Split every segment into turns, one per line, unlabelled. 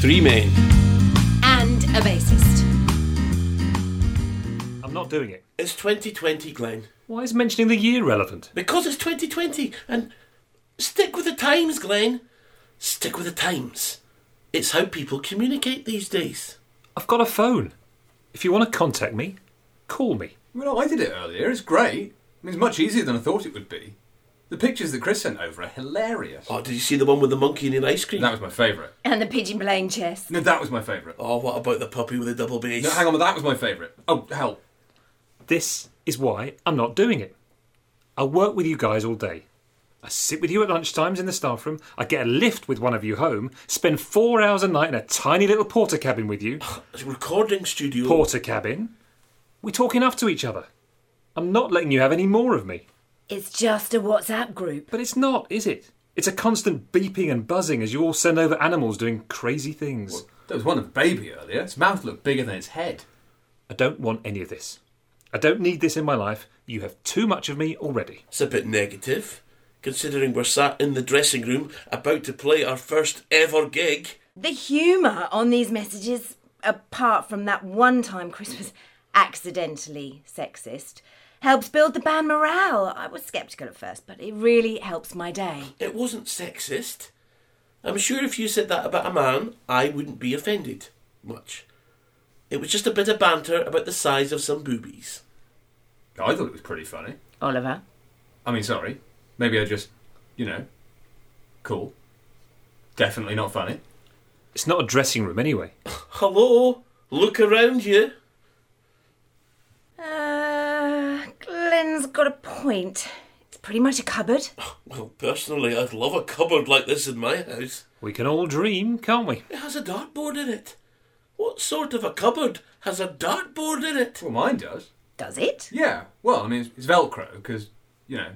Three men.
and a bassist.
I'm not doing it.
It's 2020, Glenn.
Why is mentioning the year relevant?
Because it's 2020 and stick with the times, Glenn. Stick with the times. It's how people communicate these days.
I've got a phone. If you want to contact me, call me.
Well, I did it earlier. It's great. I mean, it's much easier than I thought it would be. The pictures that Chris sent over are hilarious.
Oh, did you see the one with the monkey and an ice cream?
That was my favourite.
And the pigeon playing chess.
No, that was my favourite.
Oh, what about the puppy with the double bass?
No, hang on, that was my favourite. Oh, help.
This is why I'm not doing it. I work with you guys all day. I sit with you at lunchtimes in the staff room. I get a lift with one of you home. Spend four hours a night in a tiny little porter cabin with you.
It's a recording studio.
Porter cabin. We talk enough to each other. I'm not letting you have any more of me.
It's just a WhatsApp group.
But it's not, is it? It's a constant beeping and buzzing as you all send over animals doing crazy things.
Well, there was one of baby earlier. Its mouth looked bigger than its head.
I don't want any of this. I don't need this in my life. You have too much of me already.
It's a bit negative, considering we're sat in the dressing room about to play our first ever gig.
The humour on these messages, apart from that one time Chris was accidentally sexist, helps build the band morale. I was sceptical at first, but it really helps my day.
It wasn't sexist. I'm sure if you said that about a man, I wouldn't be offended much. It was just a bit of banter about the size of some boobies.
I thought it was pretty funny.
Oliver.
I mean, sorry. Maybe I just, you know, cool. Definitely not funny.
It's not a dressing room anyway.
Hello, look around you.
Uh, Glenn's got a point. It's pretty much a cupboard.
Well, personally, I'd love a cupboard like this in my house.
We can all dream, can't we?
It has a dartboard in it. What sort of a cupboard has a dartboard in it?
Well, mine does.
Does it?
Yeah. Well, I mean, it's, it's Velcro because, you know,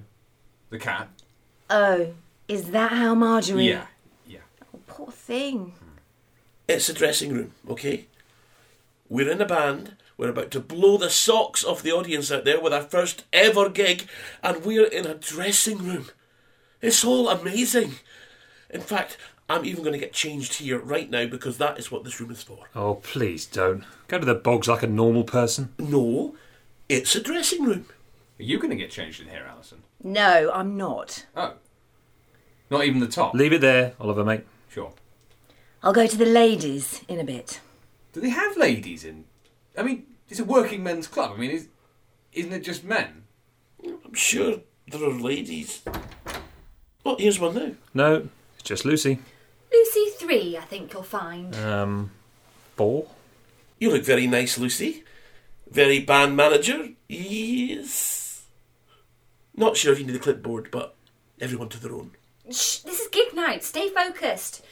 the cat.
Oh, is that how Marjorie?
Yeah. Yeah.
Oh, poor thing.
It's a dressing room, okay? We're in a band. We're about to blow the socks off the audience out there with our first ever gig, and we're in a dressing room. It's all amazing. In fact, I'm even going to get changed here right now because that is what this room is for.
Oh, please don't. Go to the bogs like a normal person.
No, it's a dressing room.
Are you going to get changed in here, Alison?
No, I'm not.
Oh. Not even the top?
Leave it there, Oliver, mate.
Sure.
I'll go to the ladies in a bit.
Do they have ladies in? I mean, it's a working men's club. I mean, is, isn't it just men?
I'm sure there are ladies. Oh, here's one now.
No, it's just Lucy.
Lucy 3, I think you'll find.
Um, four?
You look very nice, Lucy. Very band manager. Yes. Not sure if you need a clipboard, but everyone to their own.
Shh, this is gig night. Stay focused.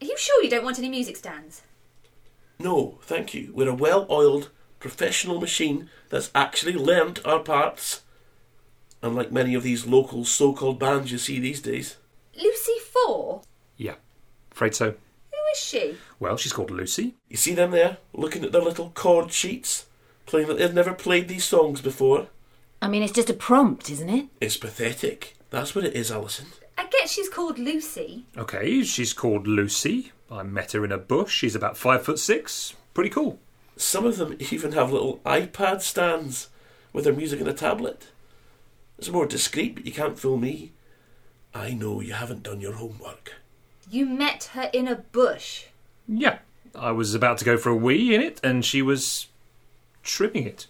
Are you sure you don't want any music stands?
No, thank you. We're a well oiled professional machine that's actually learnt our parts. Unlike many of these local so called bands you see these days.
Lucy 4?
Yeah. Afraid so.
Who is she?
Well, she's called Lucy.
You see them there, looking at their little chord sheets, playing that they've never played these songs before.
I mean, it's just a prompt, isn't it?
It's pathetic. That's what it is, Alison.
I get she's called Lucy.
Okay, she's called Lucy. I met her in a bush. She's about five foot six. Pretty cool.
Some of them even have little iPad stands with their music in a tablet. It's more discreet, but you can't fool me. I know you haven't done your homework.
You met her in a bush.
Yeah. I was about to go for a wee in it, and she was trimming it.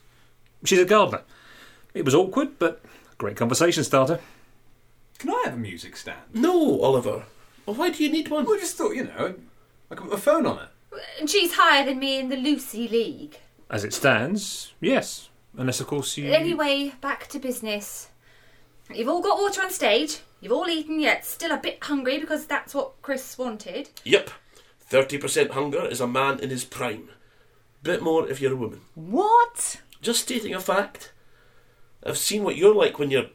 She's a gardener. It was awkward, but a great conversation starter.
Can I have a music stand?
No, Oliver. Well, why do you need one?
Well, I just thought, you know, I could put my phone on it.
And she's higher than me in the Lucy League.
As it stands, yes. Unless, of course, you.
Anyway, back to business. You've all got water on stage. You've all eaten, yet still a bit hungry because that's what Chris wanted.
Yep. 30% hunger is a man in his prime. Bit more if you're a woman.
What?
Just stating a fact. I've seen what you're like when you're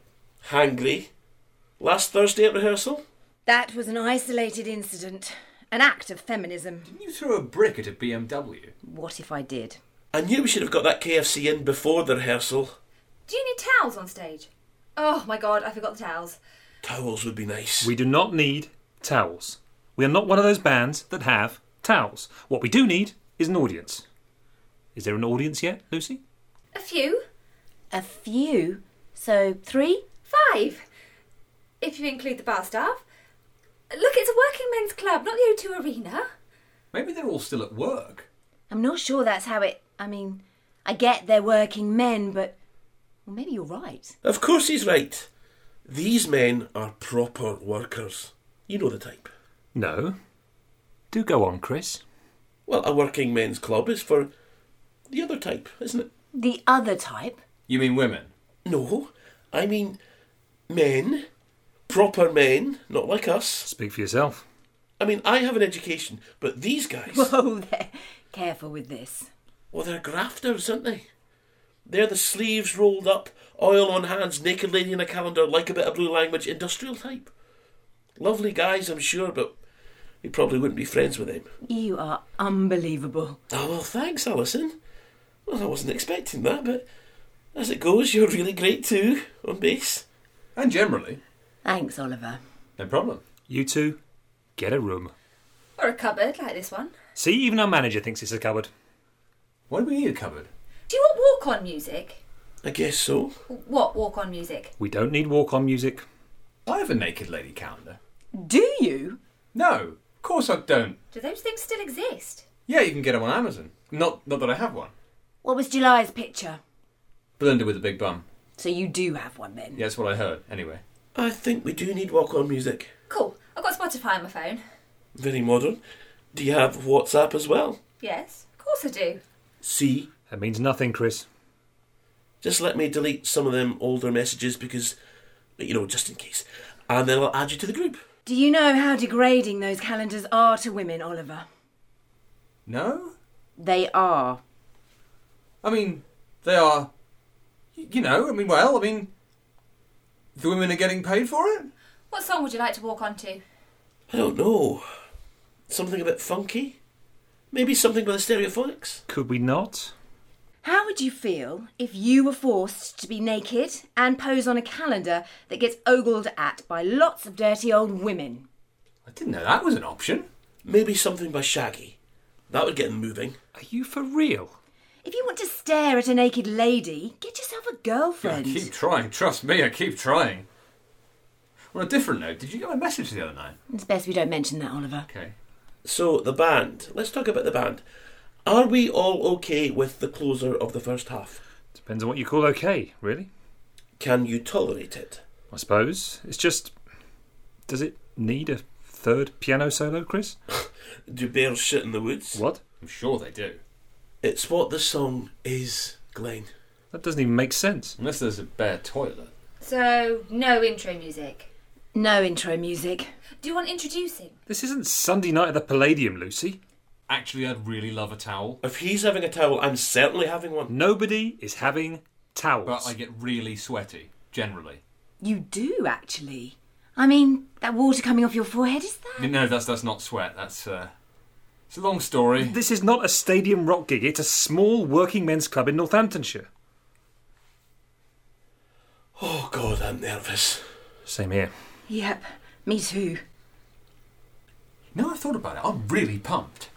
hangry. Last Thursday at rehearsal?
That was an isolated incident, an act of feminism.
Didn't you throw a brick at a BMW?
What if I did?
I knew we should have got that KFC in before the rehearsal.
Do you need towels on stage? Oh my god, I forgot the towels.
Towels would be nice.
We do not need towels. We are not one of those bands that have towels. What we do need is an audience. Is there an audience yet, Lucy?
A few?
A few. So three?
Five? If you include the bar staff. Look, it's a working men's club, not the O2 Arena.
Maybe they're all still at work.
I'm not sure that's how it. I mean, I get they're working men, but. Well, maybe you're right.
Of course he's right. These men are proper workers. You know the type.
No. Do go on, Chris.
Well, a working men's club is for the other type, isn't it?
The other type?
You mean women?
No, I mean men, proper men, not like us.
Speak for yourself.
I mean, I have an education, but these guys,
Whoa there. Careful with this.
well, they're grafters, aren't they? They're the sleeves rolled up, oil on hands, naked lady in a calendar, like a bit of blue language, industrial type. Lovely guys, I'm sure, but we probably wouldn't be friends with them.
You are unbelievable.
Oh, well, thanks, Alison. Well, I wasn't expecting that, but as it goes, you're really great too, on bass.
And generally,
Thanks, Oliver.
no problem.
You two, get a room.
Or a cupboard like this one.
See, even our manager thinks it's a cupboard.
Why do we need a cupboard?
Do you want walk on music?
I guess so.
What walk on music?
We don't need walk on music.
I have a naked lady calendar.
Do you?
No, of course I don't.
Do those things still exist?
Yeah, you can get them on Amazon. Not, not that I have one.
What was July's picture?
Belinda with a big bum.
So you do have one then?
Yeah, that's what I heard. Anyway,
I think we do need walk on music.
Cool. I've got Spotify on my phone.
Very modern. Do you have WhatsApp as well?
Yes, of course I do.
See?
That means nothing, Chris.
Just let me delete some of them older messages because, you know, just in case. And then I'll add you to the group.
Do you know how degrading those calendars are to women, Oliver?
no.
They are.
I mean, they are. y- You know, I mean, well, I mean, the women are getting paid for it.
What song would you like to walk on to?
I don't know. Something a bit funky? Maybe something by the Stereophonics?
Could we not?
How would you feel if you were forced to be naked and pose on a calendar that gets ogled at by lots of dirty old women?
I didn't know that was an option.
Maybe something by Shaggy. That would get them moving.
Are you for real?
If you want to stare at a naked lady, get yourself a
I
girlfriend.
keep trying. Trust me, I keep trying. On a different note, did you get my message the other night?
It's best we don't mention that, Oliver.
Okay.
So, the band. Let's talk about the band. Are we all okay with the closer of the first half?
Depends on what you call okay, really.
Can you tolerate it?
I suppose. It's just. Does it need a third piano solo, Chris?
Do bears shit in the woods?
What?
I'm sure they do.
It's what the song is, Glenn.
That doesn't even make sense.
Unless there's a bare toilet.
So, no intro music.
No intro music.
Do you want introducing?
This isn't Sunday night at the Palladium, Lucy.
Actually, I'd really love a towel,
If he's having a towel, I'm certainly having one.
Nobody is having
but
towels.
I get really sweaty, generally.
You do, actually. I mean, that water coming off your forehead, is that?
No, that's that's not sweat. That's uh, it's a long story.
This is not a stadium rock gig, it's a small working men's club in Northamptonshire.
Oh God, I'm nervous.
Same here.
Yep, me too.
Now I've thought about it, I'm really pumped.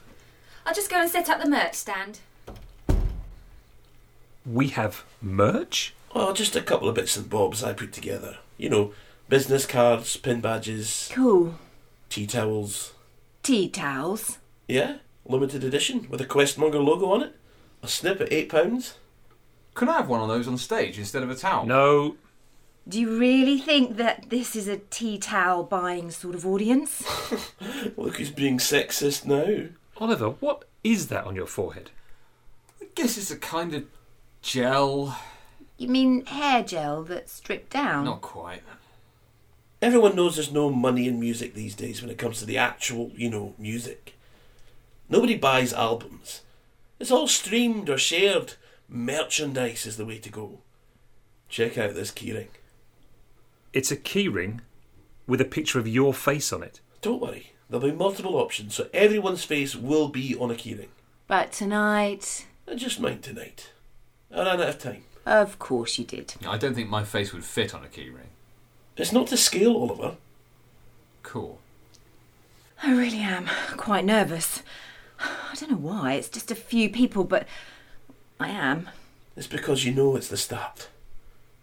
I'll just go and set up the merch stand.
We have merch?
Well, Oh, just a couple of bits and bobs I put together. You know, business cards, pin badges,
Cool.
tea towels.
Tea towels.
Yeah, limited edition with a Questmonger logo on it. A snip at eight pounds.
Can I have one of those on stage instead of a towel?
No.
Do you really think that this is a tea towel buying sort of audience?
Look, he's being sexist now.
Oliver, what is that on your forehead?
I guess it's a kind of gel.
You mean hair gel that's stripped down?
Not quite.
Everyone knows there's no money in music these days when it comes to the actual, you know, music. Nobody buys albums. It's all streamed or shared. Merchandise is the way to go. Check out this keyring.
It's a keyring with a picture of your face on it.
Don't worry, there'll be multiple options, so everyone's face will be on a keyring.
But tonight,
And just mine tonight. I ran out of time.
of course you did.
I don't think my face would fit on a keyring.
It's not to scale, Oliver.
Cool.
I really am quite nervous. I don't know why, it's just a few people, but I am.
It's because you know it's the start.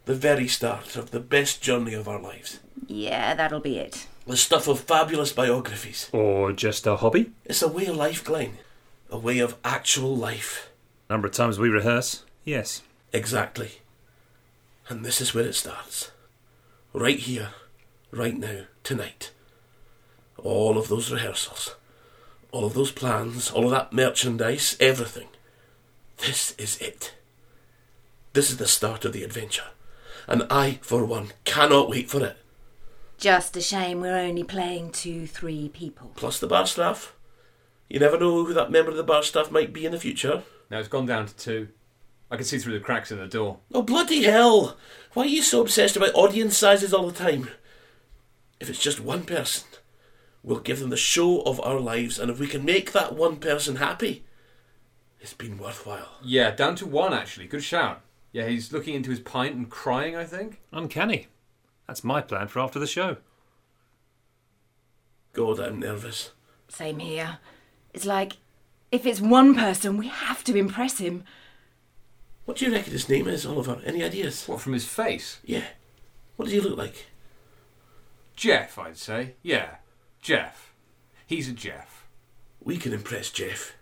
The very start of the best journey of our lives.
Yeah, that'll be it.
The stuff of fabulous biographies.
Or just a hobby.
It's a way of life, Glenn. A way of actual life.
Number of times we rehearse. Yes.
Exactly. And this is where it starts. Right here, right now, tonight. All of those rehearsals, all of those plans, all of that merchandise, everything. This is it. This is the start of the adventure. And I, for one, cannot wait for it.
Just a shame we're only playing two, three people.
Plus the bar staff. You never know who that member of the bar staff might be in the future.
Now it's gone down to two. I can see through the cracks in the door.
Oh, bloody hell! Why are you so obsessed about audience sizes all the time? If it's just one person, we'll give them the show of our lives, and if we can make that one person happy, it's been worthwhile.
Yeah, down to one actually. Good shout. Yeah, he's looking into his pint and crying, I think.
Uncanny. That's my plan for after the show.
God, I'm nervous.
Same here. It's like, if it's one person, we have to impress him.
What do you reckon his name is, Oliver? Any ideas?
What, from his face?
Yeah. What does he look like?
Jeff, I'd say. Yeah, Jeff. He's a Jeff.
We can impress Jeff.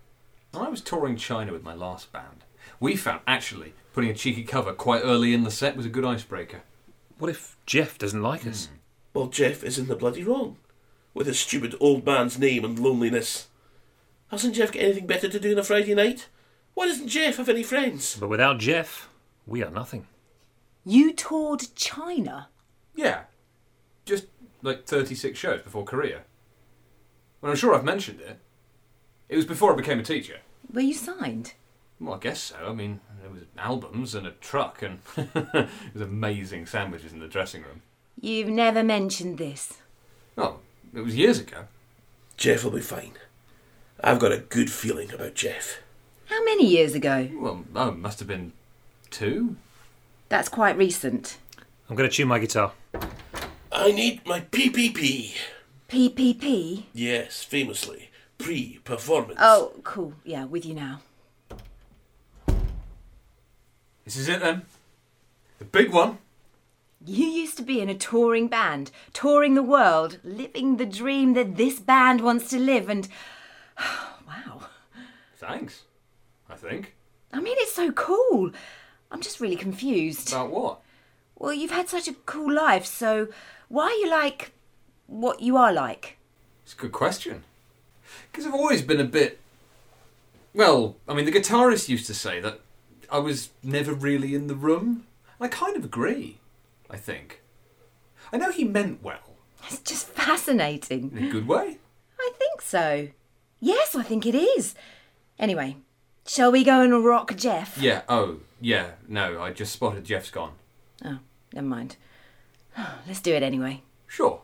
I was touring China with my last band. We found, actually, putting a cheeky cover quite early in the set was a good icebreaker.
What if Jeff doesn't like us?
Well, Jeff is in the bloody wrong. With his stupid old man's name and loneliness. Hasn't Jeff got anything better to do on a Friday night? Why doesn't Jeff have any friends?
But without Jeff, we are nothing.
You toured China?
Yeah. Just like 36 shows before Korea. Well, I'm sure I've mentioned it. It was before I became a teacher.
Were you signed?
Well, I guess so. I mean, there was albums and a truck and it was amazing sandwiches in the dressing room.
You've never mentioned this.
Oh, it was years ago.
Jeff will be fine. I've got a good feeling about Jeff.
How many years ago?
Well, oh, must have been two.
That's quite recent.
I'm going to tune my guitar.
I need my PPP.
PPP?
Yes, famously. Pre performance.
Oh, cool. Yeah, with you now.
This is it then. The big one.
You used to be in a touring band, touring the world, living the dream that this band wants to live, and. wow.
Thanks. I think.
I mean, it's so cool. I'm just really confused.
About what?
Well, you've had such a cool life, so why are you like what you are like?
It's a good question. Because I've always been a bit. Well, I mean, the guitarist used to say that I was never really in the room. And I kind of agree, I think. I know he meant well,
It's just fascinating.
in a good way.
I think so. Yes, I think it is. Anyway, shall we go and rock Jeff?
Yeah, oh, yeah, no, I just spotted Jeff's gone.
Oh, never mind. Let's do it anyway.
Sure.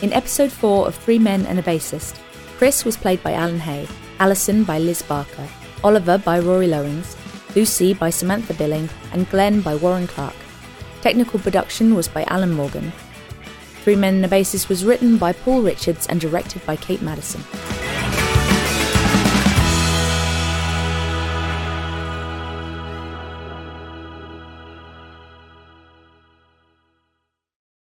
In episode 4 of Three Men and a Bassist, Chris was played by Alan Hay, Alison by Liz Barker, Oliver by Rory Lowings, Lucy by Samantha Billing, and Glenn by Warren Clark. Technical production was by Alan Morgan. Three Men and a Bassist was written by Paul Richards and directed by Kate Madison.